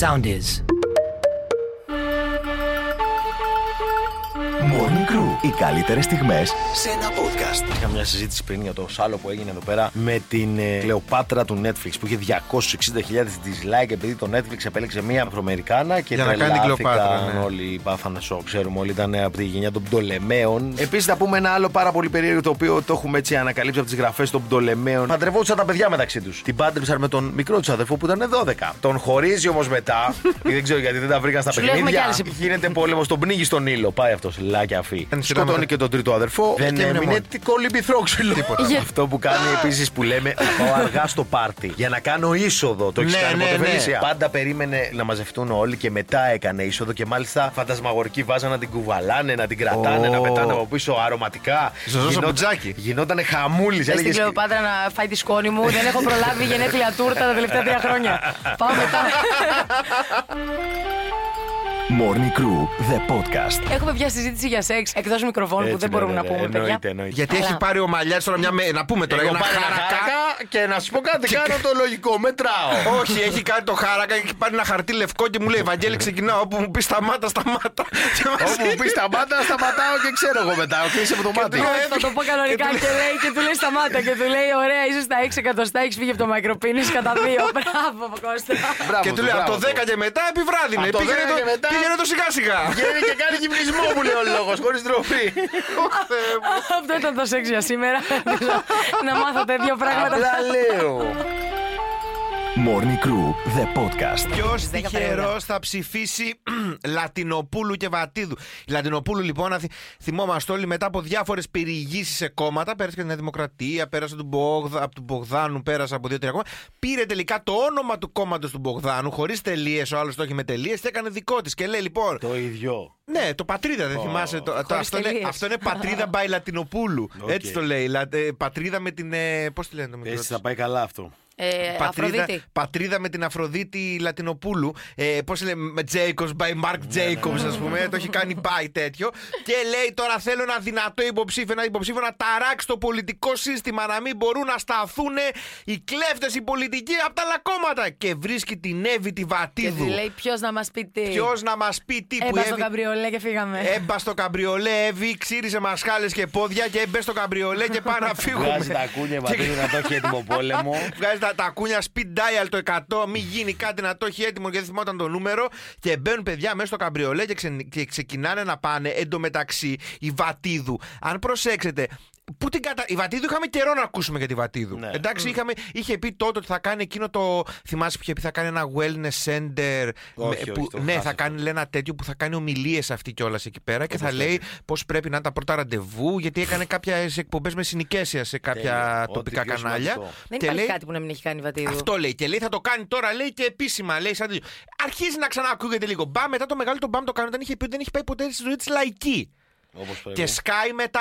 sound is. Morning Crew. Οι καλύτερες στιγμές σε ένα podcast. Είχα μια συζήτηση πριν για το σάλο που έγινε εδώ πέρα με την ε, Κλεοπάτρα του Netflix που είχε 260.000 dislike επειδή το Netflix επέλεξε μια Αφροαμερικάνα και Για να κάνει την τρελάθηκαν Κλεοπάτρα, ναι. όλοι πάθανε σοκ. Ξέρουμε όλοι ήταν ε, από τη γενιά των Πτολεμαίων. Επίσης θα πούμε ένα άλλο πάρα πολύ περίεργο το οποίο το έχουμε έτσι ανακαλύψει από τις γραφές των Πτολεμαίων. Παντρευόντουσαν τα παιδιά μεταξύ τους. Την πάντρεψαν με τον μικρό τους αδερφό που ήταν 12. Τον χωρίζει όμως μετά. δεν ξέρω γιατί δεν τα βρήκαν στα Σου λέγουμε παιχνίδια. κι άλλες Γίνεται πόλεμο, τον πνίγει στον ήλο. Πάει αυτός, λάκια αφή. Εν σειρά Σκοτώνει μετά. Ε, και τον τρίτο αδερφό. Δεν και έμεινε έμεινε μόνη. τι κολυμπηθρόξυλο. Για- Αυτό που κάνει επίσης που λέμε πάω αργά στο πάρτι για να κάνω είσοδο. Το έχεις Ναι, κάνει ναι, ποτέ, ναι. Φελίσια? Πάντα περίμενε να μαζευτούν όλοι και μετά έκανε είσοδο και μάλιστα φαντασμαγορικοί βάζανε να την κουβαλάνε, να την κρατάνε, Ω. να πετάνε από πίσω αρωματικά. Ζωζό Γινό- Σαπουτζάκη. Γινότανε χαμούλη. Στην Κλεοπάτρα να φάει τη σκόνη μου. Δεν έχω προλάβει γενέθλια τούρτα τα τελευταία τρία χρόνια. Πάω μετά. Morning Crew. The podcast. Έχουμε πια συζήτηση για σεξ εκτός μικροφώνου που δεν μπορούμε να πούμε, παιδιά. Εννοείται, εννοείται. Γιατί έχει Αλλά- πάρει ο Μαλιάρης τώρα μια. με- Να πούμε τώρα. Εγώ ένα πάρω ένα χάρακα και να σου πω κάτι, κάνω το λογικό, μετράω. Όχι, έχει κάνει το χάρακα και έχει πάρει ένα χαρτί λευκό και μου λέει Βαγγέλη, ξεκινάω. Όπου μου πεις σταμάτα, σταματά. Και μας Όπου πεις σταμάτα, σταματάω και ξέρω εγώ μετά. Κλείσε με το μάτι. Όχι, «Ε, θα το πω κανονικά και λέει και του λέει σταμάτα και του λέει ωραία, είσαι στα 6 εκατοστά, έχει φύγει από το μακροπίνης κατά δύο. Μπράβο, Κώστα. Μπράβο Και του, του λέω από μπράβο το 10 και μετά επιβράδυνε. Από το Πήγαινε 10 και μετά- το- Πήγαινε το σιγά σιγά. Βγαίνει και κάνει γυμνισμό που λέει ο λόγος, χωρίς τροφή. Αυτό ήταν το σεξ για σήμερα. Να μάθω τέτοια πράγματα. Απλά λέω. Morning Crew. The podcast. Ποιο Δέκα τυχερό θα ψηφίσει Λατινοπούλου και Βατίδου. Η Λατινοπούλου, λοιπόν, να θυ- θυμόμαστε όλοι μετά από διάφορες περιηγήσεις σε κόμματα. Πέρασε και την Νέα Δημοκρατία, πέρασε τον Μπογδα- από τον Μπογδάνου, πέρασε από δύο-τρία κόμματα. Πήρε τελικά το όνομα του κόμματος του Μπογδάνου, χωρίς τελείες, ο άλλος το έχει με τελείες και έκανε δικό της. Και λέει, λοιπόν, Το ίδιο. ναι, το πατρίδα, δεν θυμάσαι. Το, το, Χωρίς αυτό, είναι, τελείες. αυτό είναι πατρίδα by Λατινοπούλου. Οκ. Έτσι το λέει. λα- ε, πατρίδα με την. Πώς τη λένε το μικρό Έτσι της? θα πάει καλά αυτό. Ε, Πατρίδα, Αφροδίτη. πατρίδα με την Αφροδίτη Λατινοπούλου. Ε, Πώς λέμε, Jacobs by Mark Ναι, Jacobs, ας πούμε. Ε, το έχει κάνει by τέτοιο. Και λέει τώρα θέλω ένα δυνατό υποψήφιο, ένα υποψήφιο να ταράξει το πολιτικό σύστημα, να μην μπορούν να σταθούν οι κλέφτες, οι πολιτικοί από τα άλλα κόμματα. Και βρίσκει την Εύη τη Και Βατίδου. του λέει ποιος να μας πει τι. Ποιος να μας πει τι που Ε, Έμπα στο Εύη- καμπριολέ και φύγαμε. Έμπα στο καμπριολέ, Εύη, ξύρισε μασχάλε και πόδια και έμπε στο καμπριολέ και πάμε να φύγουμε. Βγάζει τα κούνια, πατρίδα να το έχει έτοιμο πόλεμο. Βγάζει τα, τα κούνια speed dial το 100, μην γίνει κάτι να το έχει έτοιμο γιατί θυμόταν το νούμερο. Και μπαίνουν παιδιά μέσα στο καμπριολέ και, ξε- και ξεκινάνε να πάνε εντωμεταξύ η Βατίδου. Αν προσέξετε, Πού την κατα... Η Βατίδου είχαμε καιρό να ακούσουμε για τη Βατίδου. Ναι. Εντάξει, είχαμε... είχε πει τότε ότι θα κάνει εκείνο το. Θυμάσαι που είχε πει θα κάνει ένα wellness center. όχι, που... το ναι, χάσα θα αυτό. κάνει λέει, ένα τέτοιο που θα κάνει ομιλίες αυτή κιόλας εκεί πέρα και θα λέει πώς πρέπει να είναι τα πρώτα ραντεβού. Γιατί έκανε κάποιες εκπομπές με συνοικέσια σε κάποια Τέλειο. τοπικά Ό,τι πιο κανάλια. σημαντικό. Δεν Και υπάρχει λέει- κάτι που να μην έχει κάνει βατίδου. αυτό λέει και λέει θα το κάνει τώρα λέει και επίσημα λέει σαν τέτοιο. Αρχίζει να ξαναακούγεται λίγο. Μπα μετά το μεγάλο τον μπαμ το κάνει όταν είχε πει ότι δεν έχει πάει ποτέ στη ζωή της λαϊκή. Όπως πρέπει. Και σκάει μετά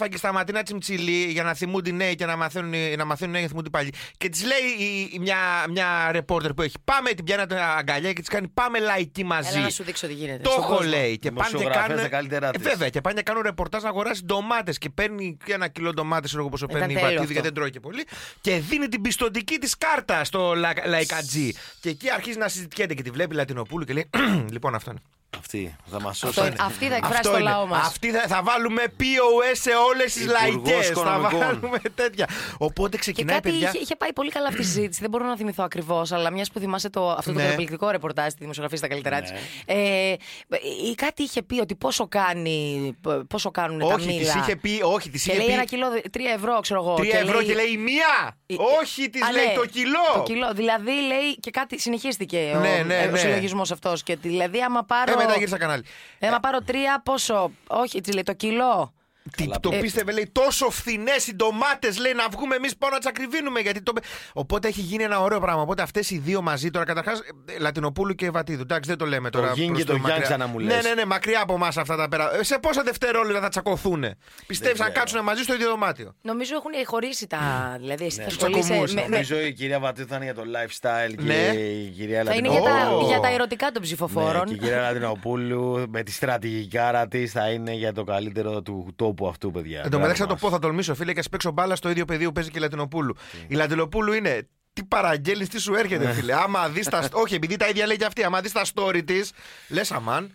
ο Α και σταματεί να τσιμτσιλεί για να θυμούνται οι νέοι και να μαθαίνουν, οι- να μαθαίνουν οι νέοι και να θυμούνται οι παλιοί. Και της λέει η- η- μια, μια ρεπόρτερ που έχει: Πάμε, την πιάνει από την αγκαλιά και της κάνει: Πάμε λαϊκή μαζί. Έλα να σου δείξω τι γίνεται. Το Ε, Στον έχω κόσμο. λέει. Και πάνε και Δημοσιογράφες κάνουν. Ε, τα καλύτερά της. βέβαια, και πάνε και κάνουν ρεπορτάζ να αγοράσει ντομάτες. Και παίρνει και ένα κιλό ντομάτες, εγώ πόσο Ήταν παίρνει η τέλειο Βατίδη, αυτό. γιατί δεν τρώει και πολύ. Και δίνει την πιστοτική της κάρτα στο λα, λαϊκατζή. Και εκεί αρχίζει να συζητιέται και τη βλέπει η Λατινοπούλου και λέει: Λοιπόν, αυτό είναι. Αυτή θα μας Αυτό- σώσει. Αυτή θα εκφράσει το είναι. λαό μας. Αυτή θα, θα βάλουμε POS σε όλες τις Υπουργός λαϊκές. Θα Οικονομικών. βάλουμε τέτοια. Οπότε Και ξεκινάει, κάτι Ναι, παιδιά. είχε, είχε πάει πολύ καλά αυτή η συζήτηση. Δεν μπορώ να θυμηθώ ακριβώς, αλλά μιας που θυμάσαι το, αυτό το Ναι. καταπληκτικό ρεπορτάζ στη δημοσιογραφία στα καλύτερά της. Ε, ή κάτι είχε πει ότι πόσο, κάνει, πόσο κάνουν τα Όχι, μήλα. της είχε πει. Όχι, της Και είχε λέει ένα πει. κιλό, τρία ευρώ, ξέρω εγώ. 3 ευρώ και λέει η μία! Ε, Όχι, της α, λέει ναι, το Το κιλό. Δηλαδή λέει και κάτι συνεχίστηκε ο, Ναι, ναι, ε, ο ναι. συλλογισμός αυτός. Και δηλαδή, άμα πάρω. Ε, μετά γύρισα κανάλι. Ε, άμα πάρω τρία, πόσο. Όχι, έτσι λέει το κιλό. Τι, το ε, πίστευε, λέει, τόσο φθηνές οι ντομάτες, λέει, να βγούμε εμείς πάνω να τις ακριβίνουμε. Γιατί το... Οπότε έχει γίνει ένα ωραίο πράγμα. Οπότε αυτές οι δύο μαζί τώρα, καταρχάς, Λατινοπούλου και Βατίδου. Εντάξει, δεν το λέμε τώρα. yin προς και το yang μακριά. ξαναμουλές. Ναι, ναι, ναι, μακριά από εμάς αυτά τα πέρα. Ε, Σε πόσα δευτερόλεπτα θα τσακωθούν. Πιστεύει να ξέρω. κάτσουν μαζί στο ίδιο δωμάτιο. Νομίζω έχουν χωρίσει τα. Δηλαδή, εσύ θα τους ακομούς, ασχολείσαι. με- με- Ναι. Νομίζω η κυρία Βατίδου θα είναι για το lifestyle Ναι. και η κυρία Θα είναι Λατινοπούλου. για τα, Ω. για τα ερωτικά των Ναι, ψηφοφόρων. και η κυρία Λατινοπούλου με τη στρατηγικάρα της θα είναι για το καλύτερο του τόπου αυτού, παιδιά. Εν τω μεταξύ θα το Μπράβο πω, θα τολμήσω, φίλε, και ας παίξω μπάλα στο ίδιο πεδίο που παίζει και η Λατινοπούλου. Η Λατινοπούλου είναι τι παραγγέλνεις, τι σου έρχεται, Ναι. φίλε. Άμα δεις τα. Όχι, επειδή τα ίδια λέει και αυτή. Άμα δεις τα story της, λες αμάν.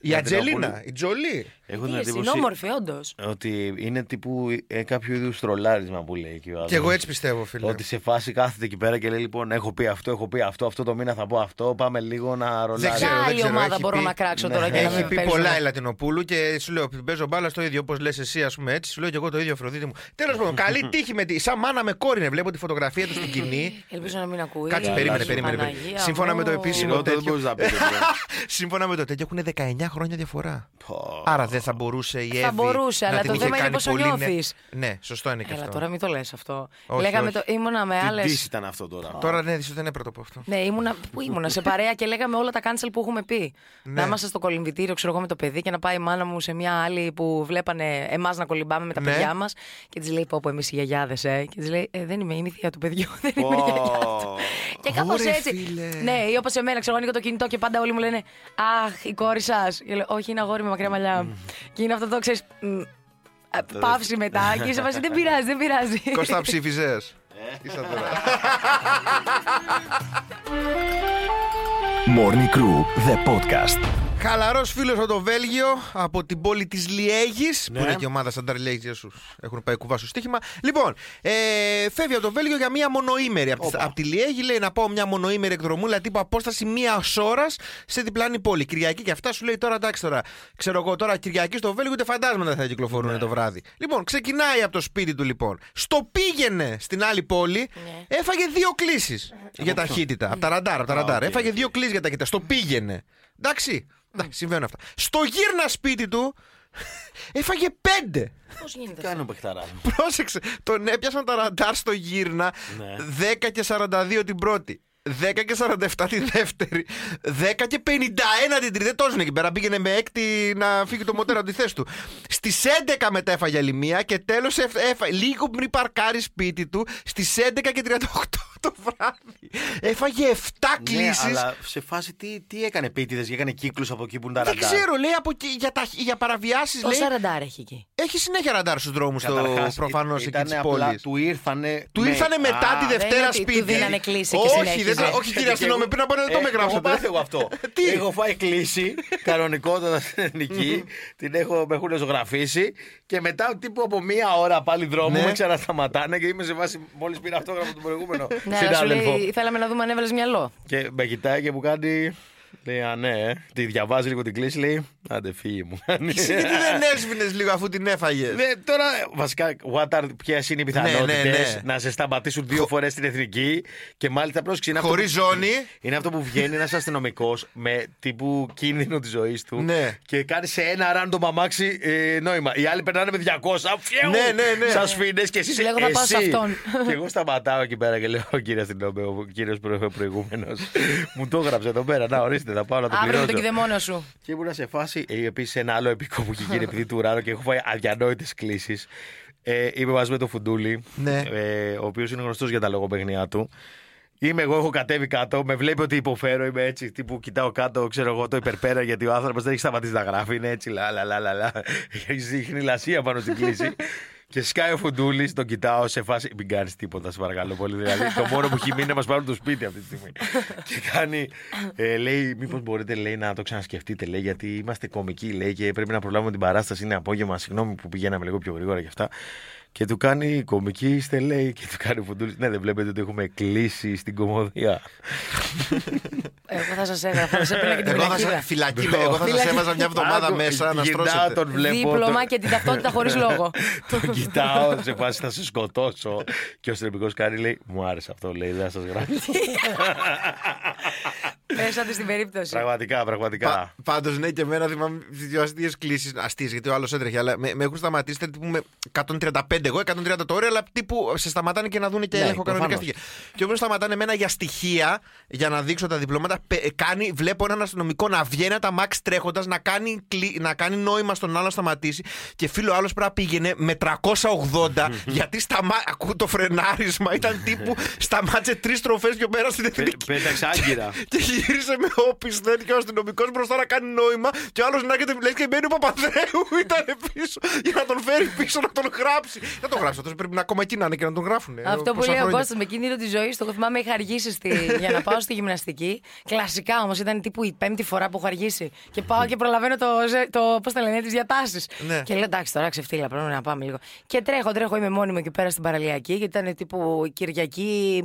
Η Ατζελίνα, η Τζολί. Έχω την Τι εσύ, είναι εντύπωση όμορφη, όντως. ότι είναι τύπου ε, κάποιο είδου τρολάρισμα που λέει και ο άλλος. Και εγώ έτσι πιστεύω, φίλε. Ότι σε φάση κάθεται εκεί πέρα και λέει: Λοιπόν, έχω πει αυτό, έχω πει αυτό, αυτό το μήνα θα πω αυτό. Πάμε λίγο να ρολάρει. ξέρω, δεν Ποια η ξέρω, ομάδα έχει μπορώ πει- Ναι, να κράξω τώρα και να Έχει μην πει παίζουν. πολλά η Λατινοπούλου και σου λέω: Παίζω μπάλα στο ίδιο όπως λες εσύ, ας πούμε έτσι. Σου λέω και εγώ το ίδιο Αφροδίτη μου. Τέλος πάντων, καλή τύχη με τη. Σαν μάνα με κόρινε. Βλέπω τη φωτογραφία του στην κοινή. Ελπίζω να μην ακούει. Κάτσε, περίμενε, περίμενε. περίμενε. Παναγία Σύμφωνα μου. με το επίσημο Χειρότερο δεν τέτοιο. μπορείς να πεις, ρε. Σύμφωνα με το τέτοιο έχουν 19 χρόνια διαφορά. Πω. Άρα δεν θα μπορούσε η Εύη. μπορούσε, να αλλά την το είχε θέμα είναι κάνει πόσο πολύ νε- νιώθεις. Ναι, σωστό είναι και Έλα αυτό. τώρα, μην το λες αυτό. Όχι, λέγαμε όχι. το. Ήμουνα με άλλε. Τι ντύση ήταν αυτό τώρα. Τώρα ναι, δεν είναι πρώτο από αυτό. Ναι, ήμουνα, πού ήμουνα, σε παρέα και λέγαμε όλα τα cancel που έχουμε πει. Ναι. Να είμαστε στο κολυμβητήριο, ξέρω εγώ, με το παιδί και να πάει η μάνα μου σε μια άλλη που βλέπανε εμάς να κολυμπάμε με τα Ναι. παιδιά μας. Και της λέει: Πω, πω, εμείς οι γιαγιάδες, ε. Και της λέει: «Ε, Δεν είμαι, είμαι η θεία του παιδιού, δεν είμαι η γιαγιά του. Και κάπως Ωρε, έτσι. φίλε. Ναι, ή όπως εμένα, ξέρω, ανοίγω το κινητό και πάντα όλοι μου λένε Αχ, η κόρη σας. Και λέω: Όχι, είναι αγόρι με μακριά μαλλιά. και είναι αυτό το ξέρεις. Παύση μετά και είσαι βασίλη, δεν πειράζει, δεν πειράζει. Ε, Κώστα ψήφιζες. Ε. Τι σαν τώρα. Morning Crew, the podcast. Χαλαρός φίλος από το Βέλγιο, από την πόλη της Λιέγης. Που είναι και η ομάδα Σαντάρ Λιέγης, όσους έχουν πάει κουβά στο στοίχημα. Λοιπόν, ε, φεύγει από το Βέλγιο για μία μονοήμερη. Από, τη- από τη Λιέγη λέει να πάω μία μονοήμερη εκδρομούλα τύπου απόσταση μίας ώρας σε διπλάνη πόλη. Κυριακή και αυτά σου λέει τώρα εντάξει τώρα. Ξέρω εγώ τώρα Κυριακή στο Βέλγιο ούτε φαντάσματα θα κυκλοφορούν το βράδυ. Λοιπόν, ξεκινάει από το σπίτι του λοιπόν. Στο πήγαινε στην άλλη πόλη, έφαγε δύο κλήσει για ταχύτητα. Από τα ραντάρ, από τα ραντάρ. Έφαγε δύο κλήσει για ταχύτητα. Στο πήγαινε. Εντάξει. Εντάξει, Συμβαίνουν αυτά. Στο γύρνα σπίτι του έφαγε πέντε. Πώς γίνεται αυτό. Κάνω παιχταρά. Πρόσεξε. Τον έπιασαν τα ραντάρ στο γύρνα Ναι. 10 και 42 την πρώτη. 10 και 47 τη δεύτερη. 10 και 51 την τρίτη. Δεν τόζουν εκεί πέρα. Πήγαινε με έκτη να φύγει το μοτέρα από τη θέση του. Στις 11 μετά έφαγε άλλη μία και τέλος λίγο πριν παρκάρει σπίτι του στις 11 και 38 το βράδυ. Έφαγε 7 Ναι, κλήσει. αλλά σε φάση τι, τι έκανε επίτηδες, έκανε κύκλους από εκεί που είναι τα Δεν ραντάρ. ξέρω, λέει από, εκεί- για, τα- για παραβιάσεις. Τόσα ραντάρ έχει εκεί. Έχει συνέχεια ραντάρ στους δρόμους το Καταρχάς, προφανώς ή- εκεί ήταν της απλά, πόλης. Του ήρθανε. Του ήρθανε μετά Ναι. Α, τη δεν Δευτέρα είναι ότι σπίτι. του δίνανε κλίση και Όχι, συνέχιζε. δεν, όχι κύριε αστυνόμη, Ε, πριν από ένα λεπτό Ε, με Έχω γράψατε. πάθει εγώ αυτό. Τι? Έχω φάει κλίση κανονικότατα στην ελληνική. την έχω, με έχουν ζωγραφίσει. Και μετά τύπου από μία ώρα πάλι δρόμο Ναι. με ξανασταματάνε και είμαι σε βάση. Μόλις πήρα αυτόγραφο τον προηγούμενο Ναι, αλλά σου συνάδελφο. λέει, θέλαμε να δούμε αν έβαλες μυαλό. Και με κοιτάει και μου κάνει. Λέει, Α, ναι, ε». τη διαβάζει λίγο την κλίση, λέει. Άντε, φύγει μου. Εσύ γιατί δεν έσβηνες λίγο αφού την έφαγες. Ναι, τώρα βασικά, what are, ποιες είναι οι πιθανότητε Ναι, ναι, ναι. να σε σταματήσουν δύο φορέ στην εθνική και μάλιστα πρόσεξε. Είναι, αυτό Χωρίς που- ζώνη. είναι αυτό που βγαίνει ένας αστυνομικός με τύπου κίνδυνο της ζωής του Ναι. και κάνει σε ένα random αμάξι ε, νόημα. Οι άλλοι περνάνε με 200. Φιέου! Ναι, ναι, ναι. Σας φίνε και εσείς. Σου λέγω, θα πάω σε αυτόν. Και εγώ σταματάω εκεί πέρα και λέω: Κύριε αστυνομικό, ο κύριος προηγούμενος μου το έγραψε εδώ πέρα. Να ορίστε, θα πάω να το Αύριο με πληρώσω. τον κηδεμόνο σου. Και ήμουν σε φάση. Επίση, ένα άλλο επικό που είχε γίνει επειδή του ουράνου και έχω φάει αδιανόητες κλήσεις. Ε, είμαι μαζί με τον Φουντούλη, Ναι. ε, ο οποίος είναι γνωστός για τα λογοπαιγνιά του. Είμαι εγώ, έχω κατέβει κάτω, με βλέπει ότι υποφέρω, είμαι έτσι, τύπου κοιτάω κάτω, ξέρω εγώ το υπερπέρα γιατί ο άνθρωπος δεν έχει σταματήσει να γράφει, είναι έτσι, λα λα λα λα, λα. Έχει λασία πάνω στην κλίση. Και σκάει ο Φουντούλης, τον κοιτάω σε φάση. Μην κάνεις τίποτα, σε παρακαλώ πολύ. Δηλαδή, το μόνο που έχει μείνει είναι να μας πάρουν το σπίτι αυτή τη στιγμή. και κάνει. Ε, λέει, μήπως μπορείτε λέει, να το ξανασκεφτείτε, λέει, γιατί είμαστε κομικοί, λέει, και πρέπει να προλάβουμε την παράσταση. Είναι απόγευμα, συγγνώμη που πηγαίναμε λίγο πιο γρήγορα και αυτά. Και του κάνει κομική, είστε λέει, και του κάνει φουντούλη. Ναι, δεν βλέπετε ότι έχουμε κλείσει στην κομμωδία. Εγώ θα σας έγραφα. Σε πήρα και την Εγώ θα πινακίδα. σα φυλακή, με, εγώ θα σας έβαζα μια εβδομάδα Άκου, μέσα να γυρνάω, στρώσετε. τον βλέπω. Δίπλωμα τον- και την ταυτότητα χωρίς λόγο. τον κοιτάω, σε φάση θα σε σκοτώσω. και ο στρεπικό κάνει λέει: Μου άρεσε αυτό, λέει, δεν σας γράψω. Πέσατε στην περίπτωση. πραγματικά, πραγματικά. Πάντως, ναι, και εμένα θυμάμαι τι δύο αστείες κλήσεις. Αστείες, γιατί ο άλλος έτρεχε, αλλά με, με έχουν σταματήσει τύπου με 135. Εγώ 130 το όριο, αλλά τύπου σε σταματάνε και να δουν και Ναι, έλεγχο κανονικά προφανώς. στοιχεία. Και όποιο σταματάνε εμένα για στοιχεία, για να δείξω τα διπλώματα, πε- κάνει, βλέπω έναν αστυνομικό να βγαίνει από τα μάξ τρέχοντας, να, κάνει κλι- να κάνει νόημα στον άλλο να σταματήσει. Και φίλο άλλος πρέπει να πήγαινε με 380, γιατί σταμα... ακούω το φρενάρισμα ήταν τύπου σταμάτησε τρεις τροφές πιο πέρα στην Πέ- εθνική. Πέταξε άγκυρα. Και, γύρισε με όπις τέτοιο ο αστυνομικός μπροστά να κάνει νόημα και ο άλλος να έρχεται λες και μπαίνει ο Παπανδρέου. Ήταν πίσω για να τον φέρει πίσω να τον γράψει. Να τον γράψει αυτός πρέπει να ακόμα εκεί να είναι και να τον ε, γράφουν. Αυτό που λέει ο Κώστας με κίνδυνο τη ζωή, το θυμάμαι είχα αργήσει στη, για να πάω στη γυμναστική. Κλασικά όμως ήταν τύπου η πέμπτη φορά που έχω αργήσει. Και πάω και προλαβαίνω το, το πώς τα λένε, τις διατάσεις. Ναι. Και λέω εντάξει τώρα ξεφτύλα, πρέπει να πάμε λίγο. Και τρέχω, τρέχω, είμαι μόνιμο εκεί πέρα στην παραλιακή, γιατί ήταν τύπου Κυριακή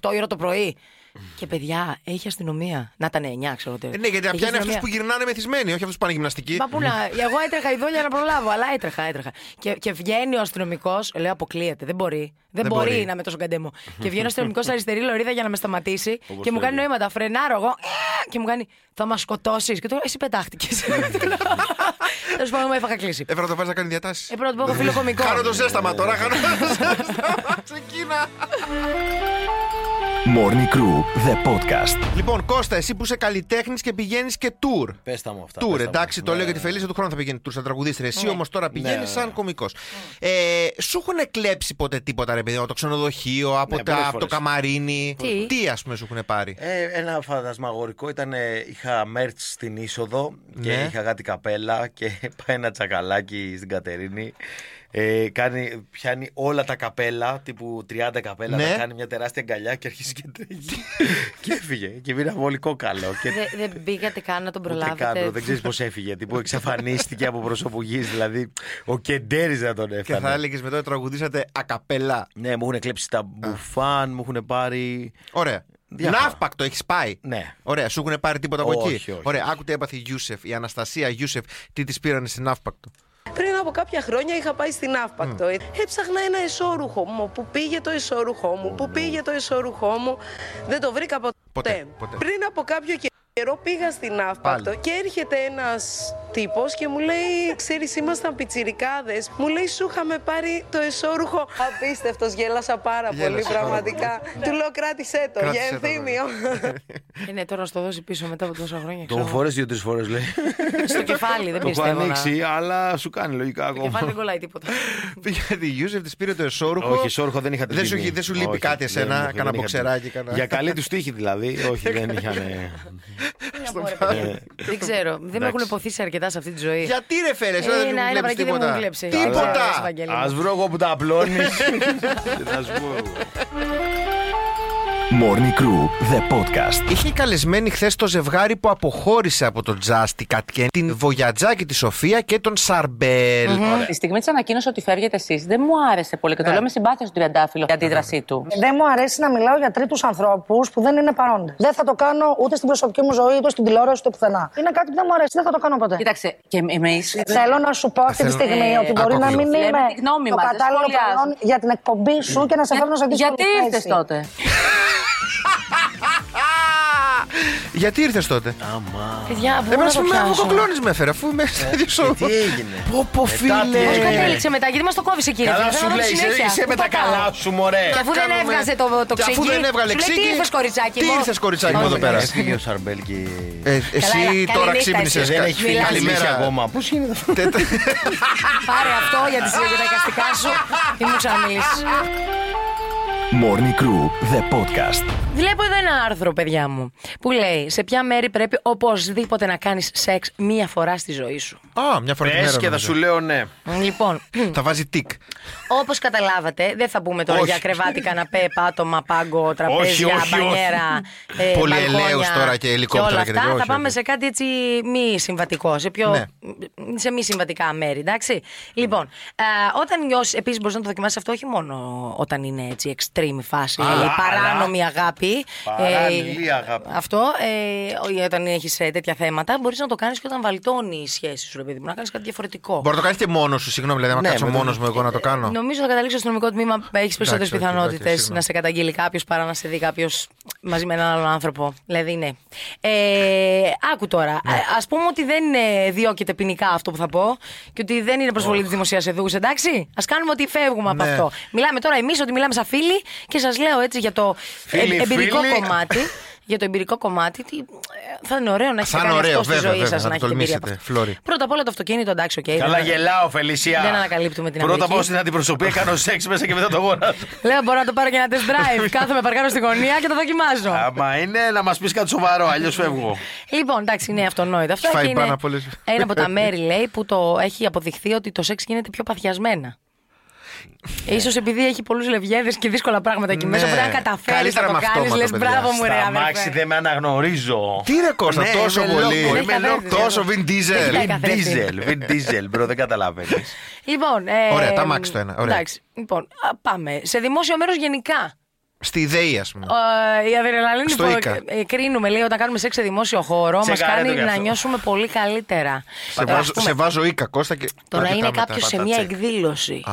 8 η ώρα το πρωί. Και παιδιά, έχει αστυνομία. Να ήταν 9, ξέρω τι. Ναι, γιατί Έχει πια είναι αυτούς αστυνομία. που γυρνάνε μεθυσμένοι, όχι αυτούς που πάνε γυμναστική. Παπούλα, εγώ έτρεχα ειδόλια να προλάβω, αλλά έτρεχα, έτρεχα. Και, και βγαίνει ο αστυνομικός, λέω αποκλείεται, δεν μπορεί. Δεν, Δεν μπορεί. μπορεί. να με τόσο καντέμω. και βγαίνει ο αστυνομικός αριστερή λωρίδα για να με σταματήσει Όπως και μου κάνει λέει. νοήματα. Φρενάρω εγώ «Ε!» και μου κάνει Θα μας σκοτώσεις. Και του λέω Εσύ πετάχτηκες. Ναι. Τέλος πάντων, μου έφαγα κλείσει. Έφερα το βάζει να κάνει διατάσεις. Ε, πρώτα απ' όλα, φίλο κωμικό. Χάνω το ζέσταμα τώρα, χάνω το ζέσταμα. Ξεκίνα. Morning Crew, the podcast. Λοιπόν, Κώστα, εσύ που είσαι καλλιτέχνης και πηγαίνεις και tour. Πες τα μου αυτά. πες Τουρ, τα μου. εντάξει, το Ναι, λέω γιατί ναι. φελίσσα του χρόνου θα πηγαίνει τουρ σαν τραγουδίστρια. Εσύ όμως τώρα πηγαίνεις ναι, σαν ναι. κωμικός. Ε, σου έχουν κλέψει ποτέ τίποτα, ρε παιδί, από το ξενοδοχείο, από, Ναι, τα, πολλές από το φορές. καμαρίνι. Τι? Τι, ας πούμε, σου έχουν πάρει. Ε, ένα φαντασμαγορικό ήταν. ε, Είχα merch στην είσοδο και Ναι. είχα κάτι καπέλα και πάει ένα τσακαλάκι στην Κατερίνη. Ε, κάνει, πιάνει όλα τα καπέλα, τύπου 30 καπέλα, Ναι. τα κάνει μια τεράστια αγκαλιά και αρχίζει και τρέχει. και έφυγε. Και πήρε αβολικό καλό. Και Δεν- Δεν πήγατε καν να τον ούτε καν, προλάβετε. δεν ξέρεις πώς έφυγε. Τύπου εξαφανίστηκε από προσωπού γης, Δηλαδή, ο Κεντέρης να τον Και θα έφτανε. έλεγες μετά ότι τραγουδήσατε ακαπελά. Ναι, μου έχουν κλέψει τα μπουφάν, μου έχουν πάρει. Ωραία. Διάφορα. Ναύπακτο, έχεις πάει. Ναι. Ωραία, σου έχουν πάρει τίποτα από Όχι, εκεί. όχι, Ωραία, άκουτε έπαθε η Γιούσεφ, η Αναστασία Γιούσεφ, τι της πήρανε στην Ναύπακτο. Πριν από κάποια χρόνια είχα πάει στην Αύπακτο. Έψαχνα ένα εσώρουχο μου. Πού πήγε το εσώρουχό μου, πού πήγε το εσώρουχό μου. Δεν το βρήκα ποτέ. ναι. Ποτέ, ποτέ. Πριν από κάποιο καιρό πήγα στην Αύπακτο Πάλι. και έρχεται ένας τύπος και μου λέει: Ξέρεις, ήμασταν πιτσιρικάδες. Μου λέει: Σου είχαμε πάρει το εσώρουχο. Απίστευτος, γέλασα πάρα πολύ, Γέλασε πάρα πραγματικά. Του λέω: Κράτησέ το, για Κράτησε το, ναι. ενθύμιο. Ε, Ναι, τώρα να σου το δώσει πίσω μετά από τόσα χρόνια. Το ξέρω έχω ναι. εγώ. φορέσει δύο-τρει φορές, λέει. Στο κεφάλι, δεν Το έχω πιστεύω. να- ανοίξει, αλλά σου κάνει λογικά Το ακόμα. κεφάλι δεν κολλάει τίποτα. Γιατί η Γιούσεφ της πήρε το εσόρουχο. Όχι, σόρχο δεν είχα την δεν σου, τιμή. δεν σου λείπει Όχι, κάτι δεν- εσένα, δεν κανένα είχα την- μποξεράκι, κανένα. Για καλή τους τύχη δηλαδή. Όχι, δεν είχαν. ε, Δεν ξέρω. Δεν με έχουν υποθήσει αρκετά σε αυτή τη ζωή. Γιατί ρε φέρε, Ε, δεν να, μου είναι κλέψεις βρακίδι μου τίποτα. μου κλέψεις. Καλά, Τίποτα! Ευαγγέλη μου. Ας βρω εγώ που τα απλώνεις. Θα σου πω. εγώ. Morning Crew, the podcast. Είχε καλεσμένη χθες το ζευγάρι που αποχώρησε από τον Τζάστι Κατκέν, την Βοιατζάκη τη Σοφία και τον Σαρμπέλ. Τη στιγμή της ανακοίνωση ότι φεύγετε εσείς δεν μου άρεσε πολύ Ναι. και το λέω με συμπάθεια στον Τριαντάφυλλο η αντίδρασή τους. Δεν μου αρέσει να μιλάω για τρίτους ανθρώπους που δεν είναι παρόντες. Δεν θα το κάνω ούτε στην προσωπική μου ζωή, ούτε στην τηλεόραση, ούτε πουθενά. Είναι κάτι που δεν μου αρέσει, δεν θα το κάνω ποτέ. Κοίταξε, και εμείς. Θέλω να σου πω αυτή τη Θέλω- στιγμή Ε, ότι μπορεί άκου να λίγο. μην Λέμε είμαι τη γνώμη το μας, δεν κατάλληλο σχολιάζω. προϊόν για την εκπομπή σου και να σε φέρνω σε δύσκολη Γιατί ήρθες θέση. τότε. Γιατί ήρθες τότε. Ε, Παιδιά, πού να Εμένα το σου με πιάσω. Ε, αβοκοκλώνει με έφερε, αφού είμαι στο ίδιο σώμα. τι έγινε? Πω πω Μετά τι φίλε. Ε, Πώς έγινε? κατέληξε μετά, γιατί μας το κόβησε κύριε. Καλά Θέλω σου να δω τη λέει, είσαι- συνέχεια. είσαι Πού με τα πάω. καλά σου, μωρέ. Και αφού δεν κάνουμε. έβγαζε το, το Και αφού ξύκι, δεν έβγαλε σου λέει, ξύκι, Τι ήρθες κοριτσάκι τι μου. ήρθες, κοριτσάκι μου, εδώ Όχι, πέρα. παιδιά. Έφυγε ο Σαρμπέλ και. Ε, Καλά, εσύ τώρα καλή ξύπνησε. νύχτα, Δεν έχεις φύγει Μιλάς. καλημέρα ακόμα. Πώ γίνεται αυτό. Πάρε αυτό για, τις, για τα εικαστικά σου. Μην μου ξαναμιλήσεις. Morning Crew, the podcast. Βλέπω εδώ ένα άρθρο, παιδιά μου, που λέει σε ποια μέρη πρέπει οπωσδήποτε να κάνεις σεξ μία φορά στη ζωή σου. Α, μια φορά την Πες μέρα. και θα νομίζω. σου λέω ναι. Λοιπόν, Θα βάζει τικ. Όπως καταλάβατε, δεν θα πούμε τώρα Όχι. για κρεβάτι, καναπέ, πάτωμα, πάγκο, τραπέζια, όχι, όχι. μπανιέρα. Ε, Πολύ μπαλκόνια ελαίος τώρα και ελικόπτερα όλα και αυτά. τέτοια. θα Όχι, πάμε όχι. σε κάτι έτσι μη συμβατικό, σε, πιο, Ναι. σε μη συμβατικά μέρη, εντάξει. Λοιπόν, ε, όταν νιώσεις, επίσης μπορείς να το δοκιμάσεις αυτό όχι μόνο όταν είναι έτσι extreme φάση, Αλλά, η παράνομη αγάπη. ε, Παράλληλη αγάπη. Αυτό, ε, όταν έχεις τέτοια θέματα, μπορείς να το κάνεις και όταν βαλτώνει η σχέση σου, ρε παιδί μου, να κάνεις κάτι διαφορετικό. Μπορώ να το κάνει και μόνος σου, συγγνώμη, δηλαδή, άμα Ναι, κάτσω με το- Ε, μόνος μου εγώ να το κάνω. Νομίζω θα καταλήξει στο αστυνομικό τμήμα. Έχεις περισσότερε οκ, πιθανότητε εντάξει, συγγνώμη. να σε καταγγείλει κάποιος παρά να σε δει κάποιος μαζί με έναν άλλον άνθρωπο. Δηλαδή, ναι. Ε, άκου τώρα. Ναι. Α πούμε ότι δεν ε, διώκεται ποινικά αυτό που θα πω και ότι δεν είναι προσβολή της δημοσίας εδού, εντάξει. Ας κάνουμε ότι φεύγουμε από Ναι. αυτό. Μιλάμε τώρα εμείς ότι μιλάμε σαν φίλοι και σας λέω έτσι για το Φίλοι, ε, εμπειρικό φίλοι. κομμάτι. για το εμπειρικό κομμάτι, τι, ε, θα είναι ωραίο να έχεις Θα είναι κάνει ωραίο, αυτό στη βέβαια, ζωή βέβαια. σας Θα να το έχει εμπειρία. από τολμήσετε, αυτό. Φλόρη. Πρώτα απ' όλα το αυτοκίνητο, εντάξει, οκ. Καλά δεν- γελάω, Φελισιά. Δεν ανακαλύπτουμε την Πρώτα Αμερική. πάω στην αντιπροσωπεία, κάνω σεξ μέσα και μετά το γονάτο. Λέω μπορώ να το πάρω και ένα test drive. Κάθομαι παρκάρω στη γωνία και το δοκιμάζω. Άμα είναι να μας πεις κάτι σοβαρό, αλλιώς φεύγω. Λοιπόν, εντάξει, είναι αυτονόητο αυτό. Έχει φάει και είναι πάνω από όλες. ένα από τα μέρη, λέει, που το έχει αποδειχθεί ότι το σεξ γίνεται πιο παθιασμένα. Ίσως επειδή έχει πολλούς λευγέδες και δύσκολα πράγματα εκεί Ναι. μέσα, πρέπει να καταφέρεις να Καλύτερα το με κάνει. αυτόματα, Λες παιδιά. μπράβο μου, ρε Στα αδερφέ. μάξι δεν με αναγνωρίζω. Τι ρε Κώστα, Ναι, τόσο είμαι πολύ. λόγκο, Έχει Είμαι καθαρίσει, λόγκο. Τόσο Vin Έχει Diesel. καθαρίσει. Vin Diesel, Vin Diesel, μπρο, δεν καταλαβαίνεις. Λοιπόν. ε, Ωραία, τα μάξι το ένα, ωραία. Εντάξει, λοιπόν, α, πάμε. Σε δημόσιο μέρος γενικά. Στη ΔΕΗ, ας πούμε. Ε, Η αδρεναλίνη Στο που Ίκα. ε, κρίνουμε, λέει, όταν κάνουμε σεξ σε δημόσιο χώρο, μας Τσεκάρε το κάνει κι αυτό. να νιώσουμε πολύ καλύτερα. Σε Τώρα, ας βάζω- πούμε, Σε βάζω οίκα, Κώστα και. Το να τα είναι κοιτάμε τα κάποιος σε πατάτσια. μια εκδήλωση Α.